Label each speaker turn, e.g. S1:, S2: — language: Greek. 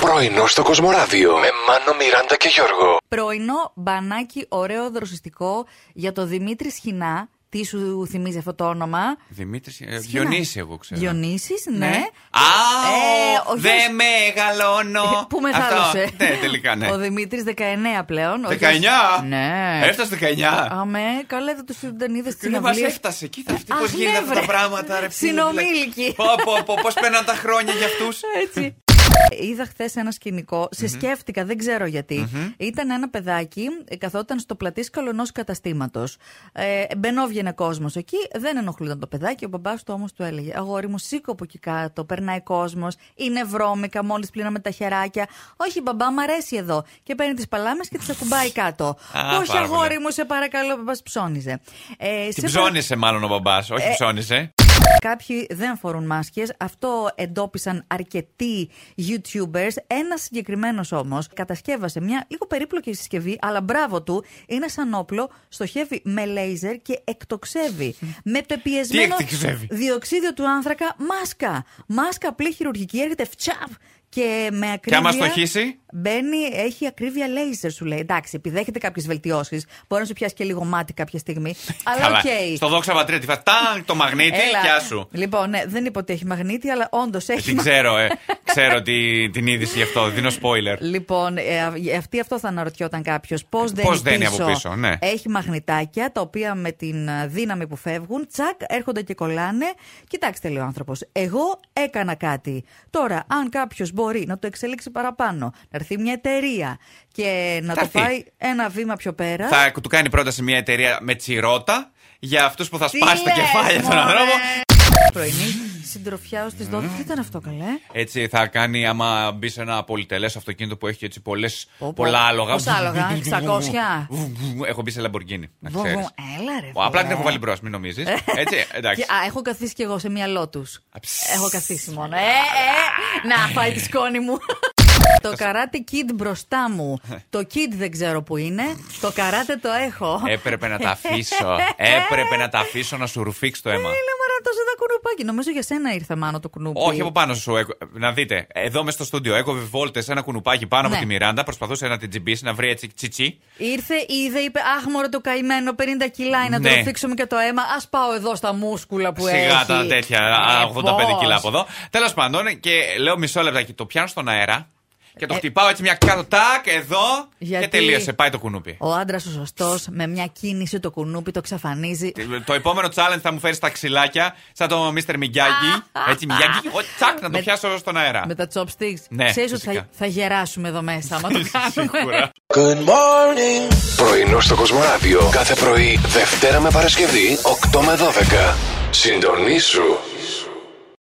S1: Πρωινό στο Κοσμοράδιο με Μάνο, Μιράντα και Γιώργο.
S2: Πρωινό μπανάκι, ωραίο δροσιστικό για το Δημήτρη Σχοινά. Τι σου θυμίζει αυτό το όνομα.
S3: Δημήτρη.
S2: Σχοινά.
S3: ε, Διονύση, εγώ ξέρω.
S2: Διονύσης, ναι.
S3: Α,
S2: Ε, ο
S3: δεν
S2: γιος-
S3: μεγαλώνω.
S2: Ε, Που μεγάλωσε.
S3: Αυτό, ναι, τελικά, ναι.
S2: Ο Δημήτρης 19 πλέον. Ο
S3: 19?
S2: γιος- Ναι.
S3: Έφτασε 19.
S2: Αμέ, καλέ, δεν τους δεν είδες στην
S3: Δεν μας
S2: αυλή.
S3: έφτασε, κοίτα αυτή
S2: Αχ,
S3: πώς γίνεται
S2: ναι,
S3: αυτά
S2: βρε.
S3: τα πράγματα. ρε, φίλε.
S2: Συνομήλικοι.
S3: Πω, πω, πω, πώς πέρναν τα χρόνια για αυτούς.
S2: Έτσι. Ε, Είδα χθες ένα σκηνικό, σε σκέφτηκα, δεν ξέρω γιατί. Ήταν ένα παιδάκι, ε, καθόταν στο πλατήσκαλο ενό καταστήματος. Ε, μπαινόβγαινε κόσμος εκεί, δεν ενοχλούνταν το παιδάκι. Ο μπαμπάς του όμως του έλεγε: Αγόρι μου, σήκω από εκεί κάτω, περνάει κόσμος, είναι βρώμικα, μόλις πλύναμε τα χεράκια. Όχι, μπαμπά, μ' αρέσει εδώ. Και παίρνει τις παλάμες και τις ακουμπάει κάτω.
S3: Α,
S2: Όχι,
S3: πάρα πολύ.
S2: αγόρι μου, σε παρακαλώ, ο μπαμπάς ψώνιζε. Ε, σε
S3: Την ψώνησε μάλλον ο μπαμπάς, όχι
S2: Ε,
S3: ψώνησε.
S2: Κάποιοι δεν φορούν μάσκες. Αυτό εντόπισαν αρκετοί YouTubers. Ένας συγκεκριμένος όμως κατασκεύασε μια λίγο περίπλοκη συσκευή, αλλά μπράβο του, είναι σαν όπλο, στοχεύει με λέιζερ και εκτοξεύει. με πεπιεσμένο
S3: Τι εκτοξεύει?
S2: διοξίδιο του άνθρακα μάσκα. Μάσκα απλή χειρουργική έρχεται φτσαπ και με ακρίβεια.
S3: άμα στοχίσει?
S2: Μπαίνει, έχει ακρίβεια λέιζερ, σου λέει. Εντάξει, επιδέχεται κάποιες βελτιώσεις. Μπορεί να σου πιάσει και λίγο μάτι κάποια στιγμή. αλλά οκ.
S3: Καλά. Στο δόξα πατρία τη φάση. Τάγκ το μαγνήτη,
S2: Έλα.
S3: γεια σου.
S2: Λοιπόν, ναι, δεν είπα ότι έχει μαγνήτη, αλλά όντως
S3: Ε,
S2: έχει.
S3: Την
S2: μα-
S3: ξέρω, ε. ξέρω τη- την είδηση γι' αυτό. Δίνω spoiler.
S2: Λοιπόν, ε, α- αυτή αυτό θα αναρωτιόταν κάποιος. Πώς δένει,
S3: πώς δένει από πίσω, ναι.
S2: Έχει μαγνητάκια τα οποία με την α, δύναμη που φεύγουν, τσακ, έρχονται και κολλάνε. Κοιτάξτε, λέει ο άνθρωπος, εγώ έκανα κάτι. Τώρα, αν κάποιος μπορεί να το εξελίξει παραπάνω, να έρθει μια εταιρεία και να
S3: Θα
S2: το
S3: έρθει.
S2: πάει ένα βήμα πιο πέρα.
S3: Θα του κάνει πρόταση μια εταιρεία με τσιρότα για αυτούς που θα
S2: Τι
S3: σπάσει τα
S2: λες,
S3: κεφάλια στον
S2: μωρέ!
S3: δρόμο.
S2: Πρωινή συντροφιά ως τις 12. Τι ήταν αυτό, καλέ.
S3: Έτσι θα κάνει άμα μπει σε ένα πολυτελές αυτοκίνητο που έχει έτσι πολλές,
S2: Πω, πω.
S3: πολλά άλογα.
S2: Πόσα άλογα, 600?
S3: Έχω μπει σε λαμπορκίνη. Να
S2: Βου, βου,
S3: ξέρεις.
S2: Έλα ρε.
S3: Απλά
S2: φίλε.
S3: την έχω βάλει μπρος, μην νομίζεις. Έτσι, εντάξει.
S2: Και- α, έχω καθίσει κι εγώ σε μία λότου.
S3: ψ.
S2: Έχω καθίσει μόνο. Ε, ε, να φάει τη σκόνη μου. το καράτε kid μπροστά μου.
S3: Ε.
S2: Το kid δεν ξέρω που είναι. Το καράτε το έχω.
S3: Έπρεπε να τα αφήσω. Έπρεπε να τα αφήσω να σου ρουφήξει το αίμα.
S2: Έλα Ε, μωρά τόσο τα κουνουπάκι. Νομίζω για σένα ήρθε μάνο το κουνούπι.
S3: Όχι από πάνω σου. έκο- Να δείτε, εδώ μες στο στούντιο έκοβε βόλτες ένα κουνουπάκι πάνω
S2: Ναι.
S3: από τη Μιράντα. Προσπαθούσε να την τσιμπήσει, να βρει έτσι τσιτσί.
S2: Ήρθε, είδε, είπε Αχ, μωρέ το καημένο, 50 κιλά είναι να το
S3: Ναι.
S2: ρουφήξουμε και το αίμα. Ας πάω εδώ στα μούσκουλα που έχει.
S3: Σιγά τα τέτοια, α,
S2: Ε,
S3: 85 κιλά
S2: πώς.
S3: από εδώ. Τέλος πάντων, και λέω μισό λεπτάκι, το πιάνω στον αέρα και το χτυπάω έτσι μια κάτω τάκ εδώ
S2: Ε, Γιατί?
S3: και τελείωσε. Πάει το κουνούπι.
S2: Ο άντρας ο σωστός με μια κίνηση το κουνούπι το εξαφανίζει.
S3: Το επόμενο challenge θα μου φέρεις στα ξυλάκια, σαν το Mr. Μιγκιάκη. Έτσι, Μιγκιάκη, ο, τσακ να το
S2: Με-
S3: πιάσω στον αέρα.
S2: Με τα chopsticks.
S3: Ναι,
S2: Ξέρεις ότι θα,
S3: φυσικά.
S2: θα γεράσουμε εδώ μέσα άμα το κάνουμε.
S3: Σίγουρα.
S1: Πρωινό στο Κοσμοράδιο κάθε πρωί, Δευτέρα με Παρασκευή, 8 με 12. Συντονίσου.